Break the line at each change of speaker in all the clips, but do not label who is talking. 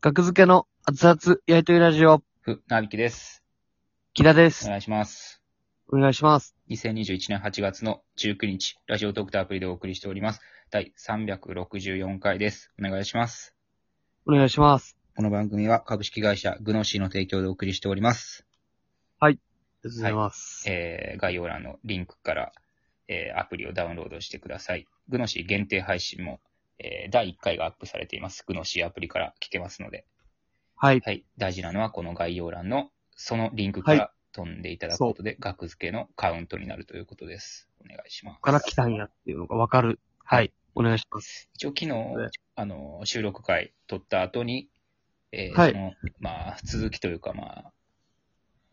学付けの熱々やりとりラジオ、
ふ、なびきです。
木田で
お
す。
願いします。
お願いします。
2021年8月の19日、ラジオトークターアプリでお送りしております。第364回です。お願いします。
お願いします。
この番組は株式会社グノシーの提供でお送りしております。
ありがとう
ござい
ます。
えー、概要欄のリンクから、えー、アプリをダウンロードしてください。グノシー限定配信も、えー、第1回がアップされています。グノシーアプリから聞けますので、
はい。
はい。大事なのは、この概要欄の、そのリンクか
は
ら飛んでいただくことで、額付けのカウントになるということです。お願いします。
ここから来たんやっていうのがわかる。はい。お願いします。
一応、昨日
ね、
あの、収録会撮った後に、えー
はい
その、まあ、続きというか、まあ、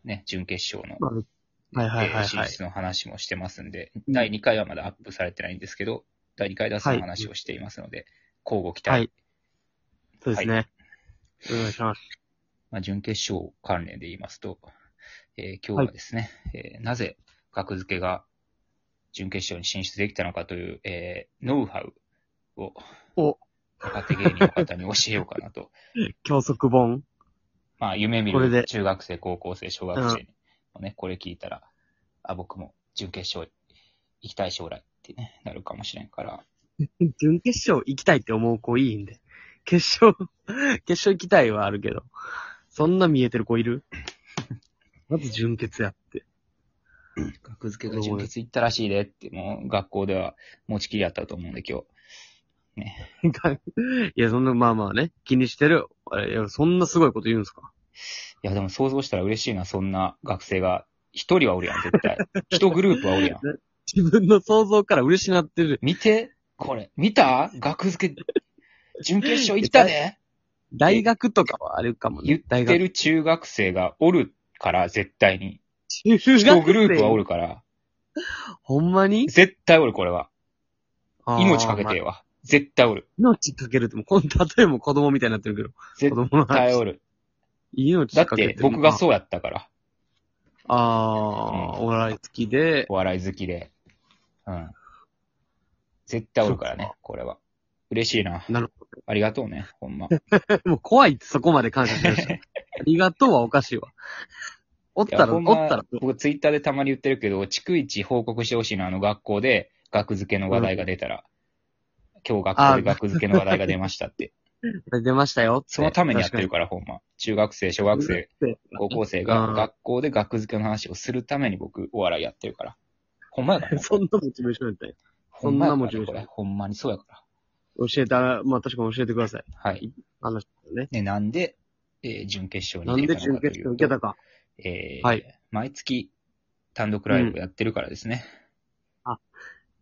ね、準決勝の、
まあはいはいはい
えー
は
進
い。
出の話もしてますんで、第2回はまだアップされてないんですけど、第2回出すの話をしていますので、交互期待。
はいそうですね。お願いします。
まあ、準決勝関連で言いますと、えー今日はですね、えーなぜ格付けが準決勝に進出できたのかという、えーノウハウを
お、
若手芸人の方に教えようかな と。
教則本。
まあ、夢見
これで
る中学生、高校生、小学生もね、これ聞いたら、あ、僕も準決勝行きたい将来ってね、なるかもしれんから、
準決勝行きたいって思う子いいんで。決勝、 決勝行きたいはあるけど。そんな見えてる子いるまず準決やって。
格付けが準決行ったらしいでって、もう学校では持ちきりやったと思うんで、今日。
いや、そんな、まあまあね。気にしてる。あれ、いやそんなすごいこと言うんですか
いや、でも想像したら嬉しいな、そんな学生が。一人はおるやん、絶対。 一グループはおるやん。
自分の想像から嬉しなってる。
見て、これ。見た学付け、準決勝行ったで
大学とかはあるかも
言
ね。大
って
学。
る中学生がおるから、絶対に。
中
一グループはお
る。
るから。
ほんまに
絶対おる、これは。命か
あー
けて
まあ
よわ。絶対おる。
命かけるって、もう、こん例えも子供みたいになってるけど。
絶
子供の
対
話。
おる。
命
だっ
かけて
て
る。、
僕が
う。
そうやったから。
ああ、
うん
お笑い好きで。
お笑い好きで。うん。絶対おるから
そ
ね
っか、
これは。嬉しいな。
なるほ
ありがとうね、ほんま。
ど。もう怖いってそこまで感謝してるし。ありがとうはおかしいわ。おっ
いや
たら、
ほ
お
ん
っ
ま
たら、
僕ツイッターでたまに言ってるけど、逐一報告してほしいの、あの学校で、学付けの話題が出たら。今日学校
あ
で学付けの話題が出ましたって。
出ましたよって。
そのためにやってるから、ほんま。中学生、小学生、
確かに。
高校生が
うん
学校で学付けの話をするために僕、お笑いやってるから。ほんまやから、ね。
そんなモチベーションやったんや。
ほんま
そ
やから、
んなモチベーショ
ね、こ
ン
れ。ほんまにそうやから。
教えた、まあ確かに教えてください。
はい。
あの人ね。
で、なんで、えー準決勝
な
に
ん
出
で
た
準
のかと
決
い
勝
うと
受けたか。
えー
はい
毎月、単独ライブをやってるからですね。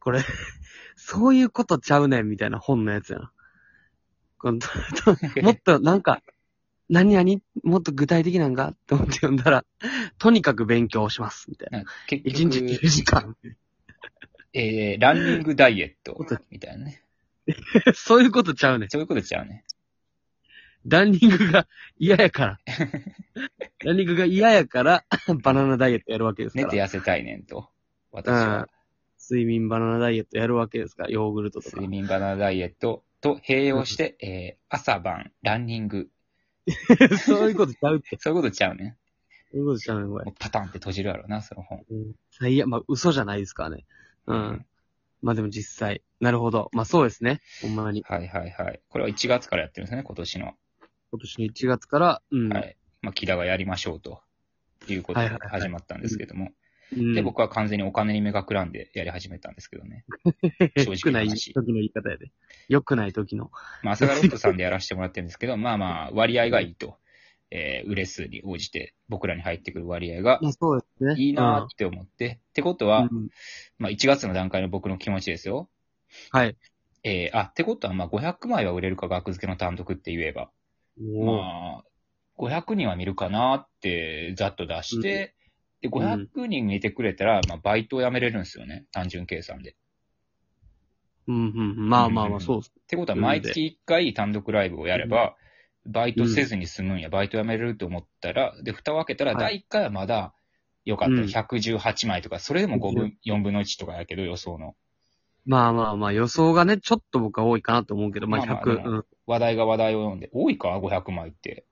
これ、 そういうことちゃうねんみたいな本のやつやな。この もっとなんか、何々もっと具体的なんかって思って読んだら、とにかく勉強をします、みたいな。
なんか結
一日
局
9、時間。
えー、ランニングダイエット、みたいなね。
そういうことちゃうねん。
そういうことちゃうね。
ランニングが嫌や から。ランニングが嫌やから、バナナダイエットやるわけです
寝
か
て
ら。
痩せたいねんと。私
うん
は、。
睡眠バナナダイエットやるわけですから、ヨーグルトとか
睡。眠バナナダイエットと併用して、えー、朝晩、ランニング。
そういうことちゃうって。
そういうことちゃうね。
そういうことちゃうねん、これ
も。うパタンって閉じるやろな、その本。
うん最悪、まあ嘘じゃないですからね。うん。。まあでも実際。なるほど。まあそうですね。ほんまに。
はいはいはい。これは1月からやってるんですね、今年の。
今年の1月から、うん。
はい。まあ、木田がやりましょうと。いうことで
はいはいはい
始まったんですけども。
うん、
で、僕は完全にお金に目がくらんでやり始めたんですけどね。正直な話
良くない時の言い方やで。良くない時の。
まあ、朝ガロットさんでやらせてもらってるんですけど、まあまあ、割合がいいと。えー、売れ数に応じて、僕らに入ってくる割合が
まあそうですね。
いいなーって思って。ってことは、
うんうん
まあ、1月の段階の僕の気持ちですよ。
はい。
えー、あ、ってことは、まあ、500枚は売れるか、額付けの単独って言えば。
も
まあ、500人は見るかなって、ざっと出して、で、500人見てくれたら、まあ、バイトを辞めれるんですよね。単純計算で。っ
う、うんうん。まあまあまあ、そうです。
てことは、毎月1回単独ライブをやれば、バイトせずに済むんや、バイト辞めれると思ったら、で、蓋を開けたら、
はい
第1回はまだ、よかった。
うん
118枚とか、それでも5分、4分の1とかやけど、予想の。
まあまあまあ、予想がね、ちょっと僕は多いかなと思うけど、まあ
まあまあ
100、
でも
うん。
話題が話題を読んで、多いか ?500 枚って。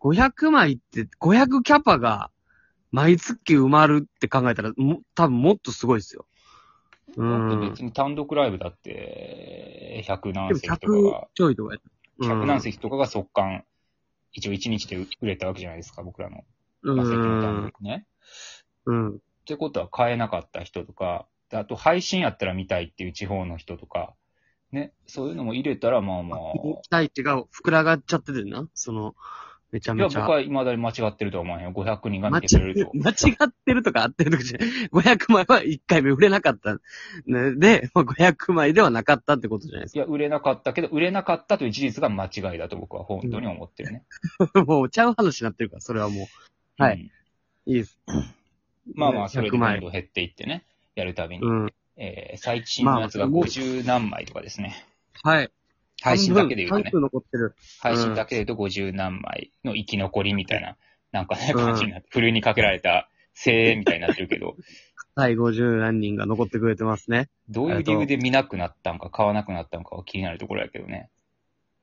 500枚って、500キャパが毎月埋まるって考えたら、も、多分もっとすごいですよ。う
だって
ん。
別に単独ライブだって、
で
100何
も
席とか
100
が、
ちょいとかやった。
100何席とかが速乾、一応1日で売れたわけじゃないですか、僕らの。
う
マセキの単
ん。
独ね。
うん。
ってことは買えなかった人とか、であと配信やったら見たいっていう地方の人とか、ね、そういうのも入れたらまあまあ、
期待値が膨らがっちゃっててんな。その、めちゃ
いや、
めち
僕
ゃ。
は未だに間違ってるとは思わへんよ。500人が
間
見
違
てくれると。
間違ってるとか合ってるとかじゃない。500枚は1回目売れなかった。ねで、まあ500枚ではなかったってことじゃないです
いや、売れなかったけど、売れなかったという事実が間違いだと僕は本当に思ってるね。
か。もうちゃう話になってるから、それはもうんはい
うん
う。いいです。
まあまあ、それで
100
どん
枚。
どん減っていってね、やるたびに。
うん。
えー最新のやつが50何枚とかですね。
はい。
配信だけで言うとね
半。分残ってる。
配信だけで言うと50何枚の生き残りみたいな、なんかね、
うん
感じになって、ふるいにかけられた声援みたいになってる けど、
はい、50何人が残ってくれてますね。
どういう理由で見なくなったんか、買わなくなったんかは気になるところやけどね。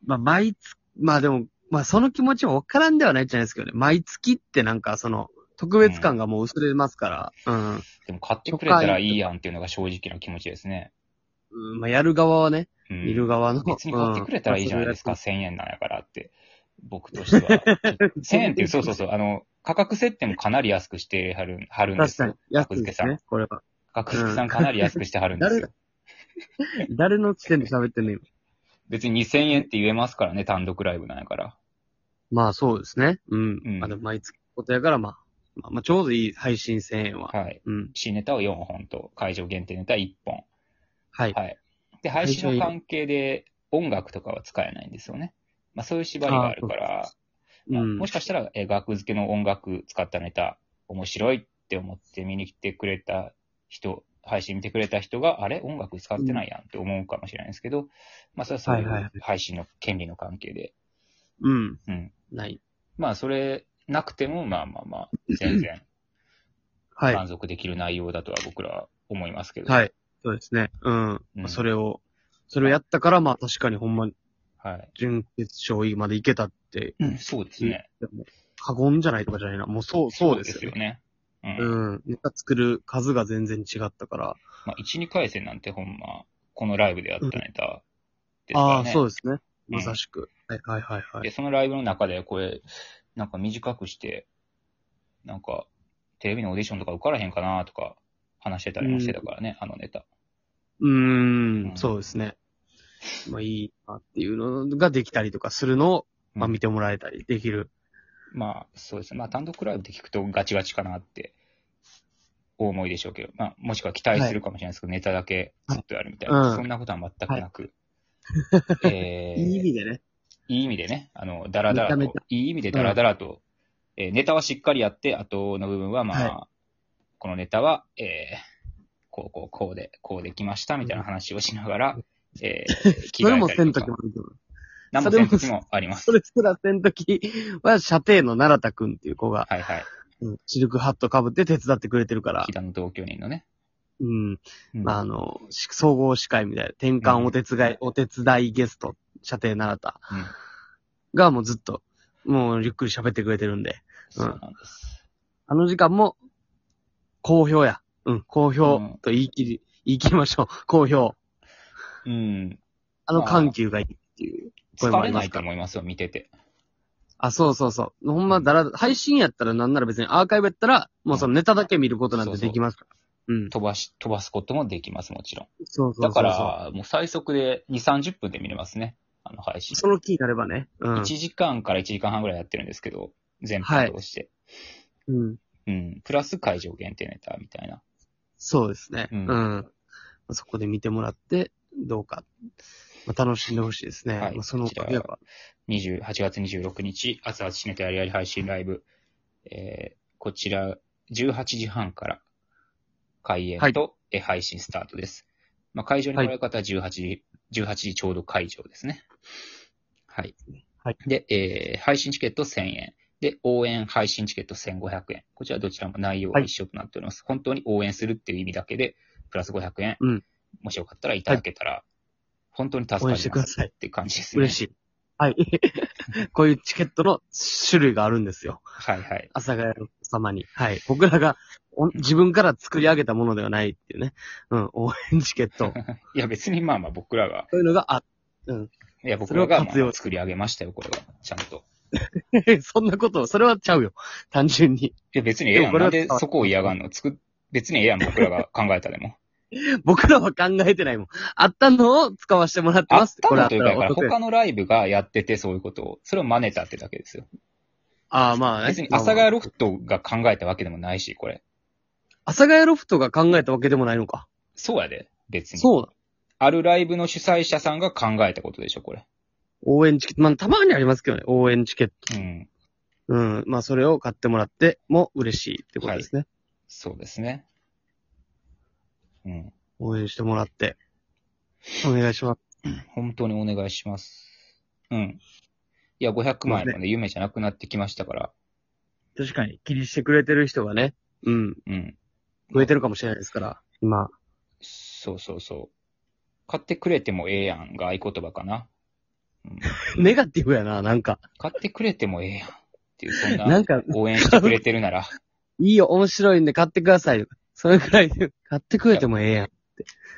まあ、毎月、まあでも、まあその気持ちもわからんではないじゃないですけどね。毎月ってなんかその、特別感がもう薄れますから、うん。
でも買ってくれたらいいやんっていうのが正直な気持ちですね。
うんまあやる側はね、
うん
見る側の。
別に買ってくれたらいいじゃないですか、
うん
1000円なんやからって。僕として は。1000円っていう、そうそうそう、あの、価格設定もかなり安くしてはる、はるんで
確
す
かに
よ。、
安いですね、これは。
格付けさんかなり安くしてはるんですよ。
誰の視点で喋ってんの今。
別に2000円って言えますからね、単独ライブなんやから。
まあそうですね。うん。
うん
まあでも毎月ことやから、まあ、まあ、まあちょうどいい配信1000円は。
はい。
うん。
新ネタを4本と、会場限定ネタ1本。
はい。
はい。で、配信の関係で音楽とかは使えないんですよね。まあそういう縛りがあるから、
う
まあ
ん
も。しかしたら、えー、学付けの音楽使ったネタ、面白いって思って見に来てくれた人、配信見てくれた人が、あれ音楽使ってないやんって思うかもしれないんですけど、まあそれはそうい
はいは
う
い
配信の権利の関係で。
うん。
うん。
ない。
まあそれなくても、まあまあまあ、全然
はい。
満足できる内容だとは僕らは思いますけど。
はい。そうですね。うん。
うん
それを、それをやったから、まあ確かにほんまに
はい。
準決勝まで行けたって、
うんそうですね。
でも過言じゃないとかじゃないな。もうそう、そうですよね。
ね。うん。
うん。ネタ作る数が全然違ったから。
まあ、1、2回戦なんてほんま、このライブでやったネタですからね。
ああ、そう
う
ですね。まさしく。はいはいはいはい。
で、そのライブの中で、これ、なんか短くして、なんか、テレビのオーディションとか受からへんかなとか、話してたりもしてたからね、あのネタ。
うー
うん
ん、そうですね。まあいいなっていうのができたりとかするのを、まあ見てもらえたりできる。
まあ、そうですね。まあ、単独ライブって聞くとガチガチかなって、お思いでしょうけど、まあ、もしくは期待するかもしれないですけど、ネタだけずっとやるみたいな、
はいうん
そんなことは全くなく、えー
いい意味でね。
いい意味でね、あの、だらだら
めちゃ
と
めち、
いい意味でだらだらと、えーネタはしっかりやって、あとの部分はまあ、
は
このネタは、えーこうこうこうで、こうできましたみたいな話をしながら、え ー、着
それ
替
も
え
せ
たり
ん
と
とき
か
もあるけど
何も
そ
せ
れ
ん
も
時もあります
そ。れすらせんときは、射程の奈良田くんっていう子が、
はいはい。
うんシルクハットかぶって手伝ってくれてるから
木、田の同居人のね。
うん。
うん
まあ、あの、し総合司会みたいな、転換お手伝い、お手伝いゲスト、射程奈良田
うん
がもうずっと、もうゆっくり喋ってくれてるんで、
そうなんです。
あの時間も、好評や。うん、好評と言い切り、言い切りましょう。好評。
うん。
あの緩急がいいっていう。これも
疲
あ
れ
りま
な
す
い
か
と思いますよ、見てて。
あ、そうそうそう。ほんまだら、配信やったらなんなら別にアーカイブやったら、もうそのネタだけ見ることなんてできますから。うん。
飛ばし、飛ばすこともできます、もちろん。
そうそうそうそう。
だから、もう最速で2、30分で見れますね。あの配信。
その気になればね。うん。
1時間から1時間半ぐらいやってるんですけど、全
は
編
い
通して。
うん。
うん。プラス会場限定ネタみたいな。
そうですね。
う
うんん。そこで見てもらって、どうか。まあ、楽しんでほしいですね。
はい
まあ、そのおかげば。
28月26日、熱々しねとやりやり配信ライブ。えー、こちら、18時半から開演と、えー配信スタートです。まあ、会場に来られる方は18時、18時ちょうど会場ですね。はい。
はい
で、えー、配信チケット1000円。で、応援配信チケット1500円。こちらどちらも内容は一緒となっております。本当に応援するっていう意味だけで、プラス500円。
うん
もしよかったらいただけたら、本当に助かり
応
ま
援してくだ
す
さい
っ。て感じですね。
嬉しい。はい。こういう チケットの種類があるんですよ。
はいはい。
阿佐ヶ谷の様に。はい。僕らがお自分から作り上げたものではないっていうね。うん、応援チケッ ト。
いや別にまあまあ僕らが、
そういうのがあ、
いや僕らが
それを
ま
活用
あ作り上げましたよ、これは。ちゃんと。
そんなこと、それはちゃうよ。単純に。
いや別にええや
でもこ
ん。
れ
な
は
んでそこを嫌がんの作っ、別にええやん、僕らが考え たでも。
僕らは考えてないもん。あったのを使わせてもらって
あ
ま
っ
す。
たのというか、
これあ
だから
ったらお得や
他のライブがやっててそういうことを、それを真似たってだけですよ。
ああ、まあね。
別に阿
まあ
佐
まあ
ヶ谷ロフトが考えたわけでもないし、これ。
阿佐ヶ谷ロフトが考えたわけでもないのか。
そうやで、別に。
そうだ。
あるライブの主催者さんが考えたことでしょ、これ。
応援チケット。まあ、たまにありますけどね。応援チケット。
うん。
うん。まあ、それを買ってもらっても嬉しいってことですね。
そうですね。うん。
応援してもらって。お願いします。
本当にお願いします。うん。いや、500万円まで夢じゃなくなってきましたから。
確かに。気にしてくれてる人がね。うん。
うん。
増えてるかもしれないですから。今。
そうそうそう。買ってくれてもええやんが合言葉かな。うん、
ネガティブやな、なんか。
買ってくれてもええやんっていう、そん
な
なん
か、
応援してくれてるなら。
いいよ、面白いんで買ってください。それくらいで、買ってくれてもええやん。
い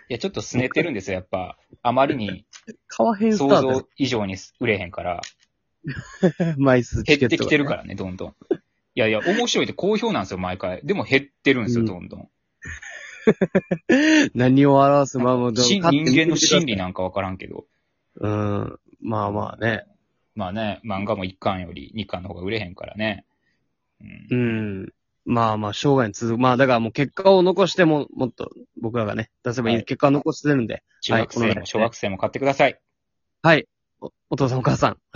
や、ちょっと拗ねてるんですよ、やっぱ。あまりに
買わへんスタ
想
ート
像以上に売れへんから。
や。枚数チケ
減
ット
って
が
きてるからね、どんどん。いやいや、面白いって好評なんですよ、毎回。でも減ってるんです
う
よ、
ん
どんどん。
何を表すままでも
し人
買ってみてください
間の心理なんかわからんけど。
うん。まあまあね。
まあね、漫画も1巻より2巻の方が売れへんからね。うん
う。ん。まあまあ、生涯に続く。まあだからもう結果を残しても、もっと僕らがね、出せばいい
はい
結果を残してるんで。
中学
は
生
いこの
も
ね
小学生も買ってください。
はい。おお父さんお母さん。